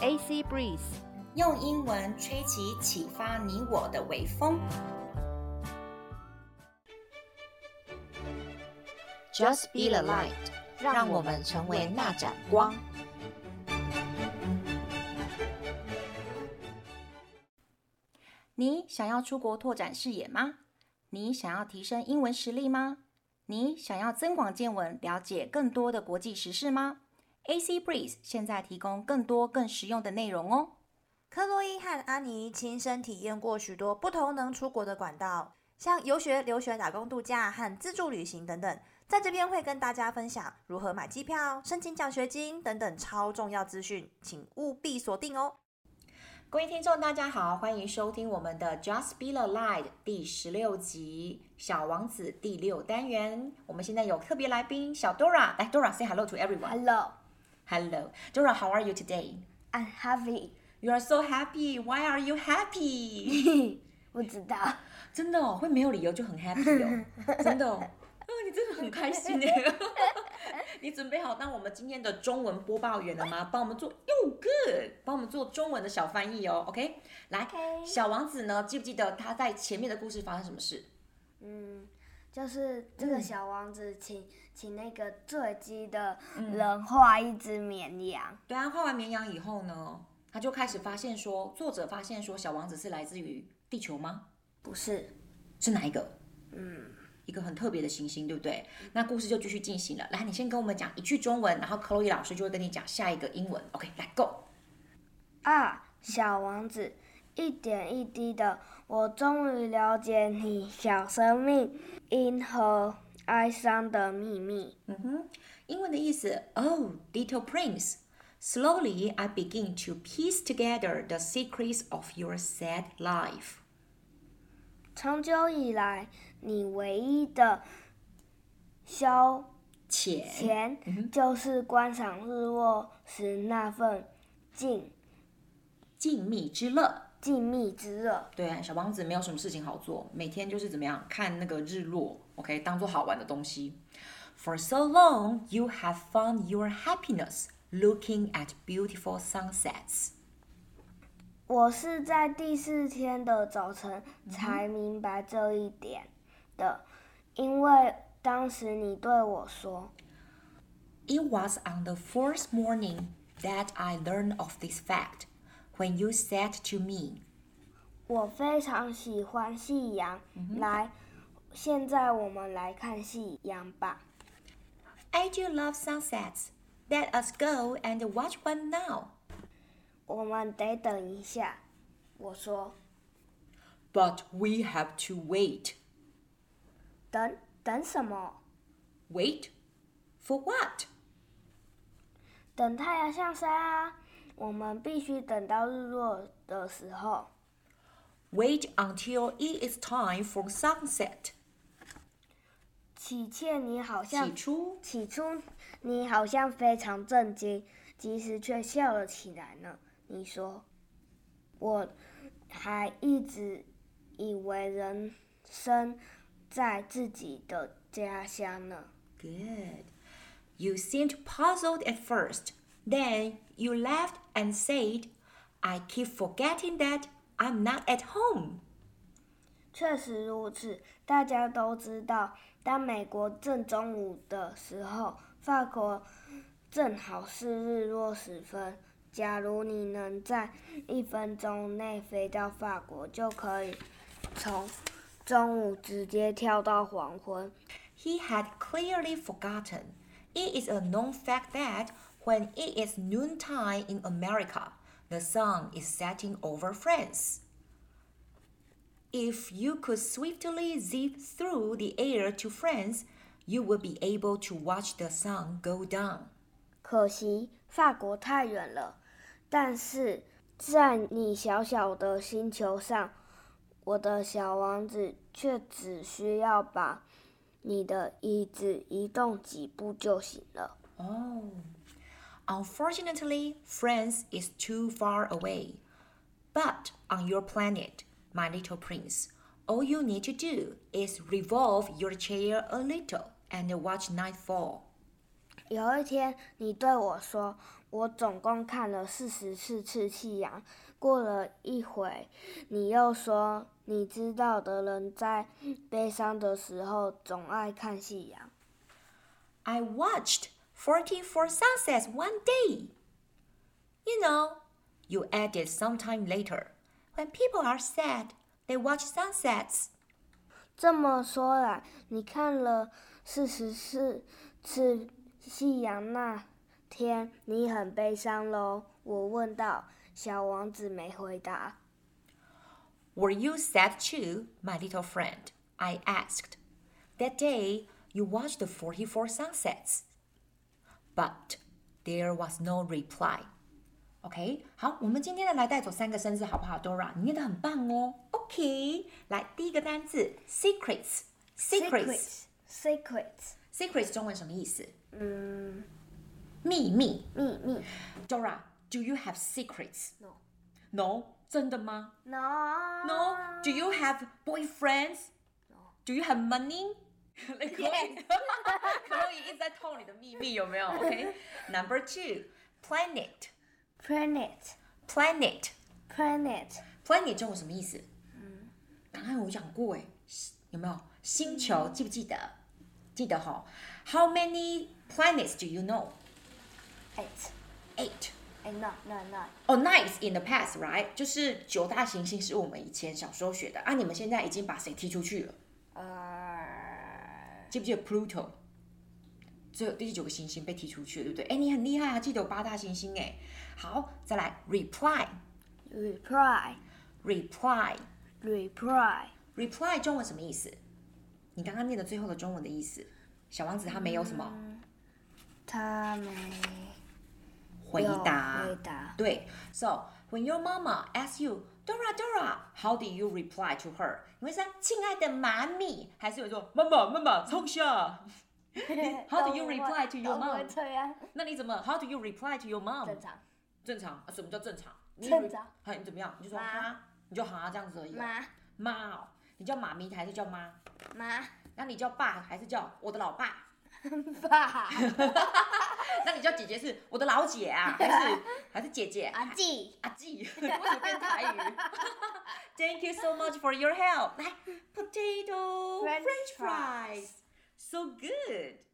AC Breeze，用英文吹起启发你我的微风。 Just be the light，让我们成为那盏光。你想要出国拓展视野吗？你想要提升英文实力吗？你想要增广见闻，了解更多的国际时事吗？AC Breeze 现在提供更多更实用的内容哦。克洛伊和安妮亲身体验过许多不同能出国的管道，像游学、留学、打工、度假和自助旅行等等。在这边会跟大家分享如何买机票、申请奖学金等等超重要资讯，请务必锁定哦。各位听众，大家好，欢迎收听我们的《Just Be the Light》第十六集《小王子》第六单元。我们现在有特别来宾小 Dora，来 Dora say hello to everyone。 Hello, Hello, Dora，how are you today? I'm happy。 You are so happy. Why are you happy? 不知道， 真的哦，会没有理由就很 happy 哦， 真的哦。哦，你真的很开心耶！ 你准备好当我们今天的中文播报员了吗？帮我们做哟 good，帮我们做中文的小翻译哦。OK，来 OK 小王子呢？记不记得他在前面的故事发生什么事？嗯，就是这个小王子请、请那个坠机的人画一只绵羊，对啊，画完绵羊以后呢，他就开始发现说，作者发现说，小王子是来自于地球吗？不是，是哪一个？嗯，一个很特别的行星，对不对？那故事就继续进行了。来，你先跟我们讲一句中文，然后 Chloe 老师就会跟你讲下一个英文。OK，来 Go。二啊小王子，一点一滴的，我终于了解你小生命因何哀伤的秘密。英文的意思，Oh, little prince, slowly I begin to piece together the secrets of your sad life。长久以来，你唯一的消浅，前就是观赏日落时那份静静谧之乐。静谧之乐。对，小王子没有什么事情好做，每天就是怎么样看那个日落，OK，当做好玩的东西。For so long, you have found your happiness looking at beautiful sunsets。我是在第四天的早晨才明白这一点的，因为当时你对我说， It was on the fourth morning that I learned of this fact when you said to me, 我非常喜欢夕阳。来，现在我们来看夕阳吧。 I do love sunsets. Let us go and watch one now. 我们得等一下，我说， But we have to wait. 等等什么？ Wait? For what? 等太阳下山啊！我们必须等到日落的时候。 Wait until it is time for sunset. 起倩，你好像起初起初你好像非常震惊，其实却笑了起来呢。你说，我还一直以为人生在自己的家乡呢。 Good. You seemed puzzled at first. Then you laughed and said, I keep forgetting that I'm not at home. 确实如此，大家都知道，当美国正中午的时候，法国正好是日落时分。假如你能在一分钟内飞到法国，就可以从中午直接跳到黄昏。 He had clearly forgotten. It is a known fact that when it is noontime in America, the sun is setting over France. If you could swiftly zip through the air to France, you would be able to watch the sun go down. 可惜法国太远了，但是在你小小的星球上，我的小王子却只需要把你的椅子移动几步就行了。 Oh. Unfortunately, France is too far away. But on your planet, my little prince, all you need to do is revolve your chair a little and watch night fall. 有一天，你对我说：“我总共看了四十四次夕阳。”过了一会，你又说：“你知道的人在悲伤的时候总爱看夕阳。 I watched 44 sunsets one day. You know, you added sometime later. When people are sad, they watch sunsets. ”这么说来，你看了四十四次夕阳那天，你很悲伤喽？我问道。小王子没回答。 Were you sad too, my little friend? I asked. That day, you watched the 44 sunsets. But there was no reply. OK，好，我们今天的来带走三个生字好不好，Dora？你念的很棒哦。OK，来第一个单字 secrets，secrets，secrets secrets，中文什么意思？嗯，秘密。秘密。 Dora，do you have secrets？ No. No，真的吗 No. ？No。Do you have boyfriends？ No. Do you have money？那 可以， 可以一直在透你的秘密，有没有？OK，Number two，planet，planet，planet，planet Planet. Planet. 中文什么意思？刚刚有讲过哎，有没有？星球记不记得？记得哈。How many planets do you know? Eight. Eight. And nine. Nine. Nine. Oh, nice in the past, right？就是九大行星是我们以前小时候学的啊，你们现在已经把谁踢出去了？呃，记不记得 Pluto？最后第九个行星被踢出去了，对不对？哎，你很厉害啊，记得有八大行星哎。好，再来 reply，reply，reply reply. Reply. 中文什么意思？你刚刚念的最后的中文的意思，小王子他没有什么他没回答。回答。对，So when your mama asks you Dora Dora, how do you reply to her？你会说亲爱的妈咪，还是有说妈妈妈妈冲下？How do you reply to your 都不会 mom？哦这样那你怎么 How do you reply to your mom？正常。正常啊？什么叫正常？你正常。哎，你怎么样？你就说妈哈，你就哈这样子而已哦。妈妈哦，你叫妈咪还是叫妈？妈那你叫爸还是叫我的老爸？爸那你叫姐姐是我的老姐啊，还是还是姐姐？阿纪阿纪， 为什么变台语？Thank you so much for your help。来，potato French French fries fries，so good。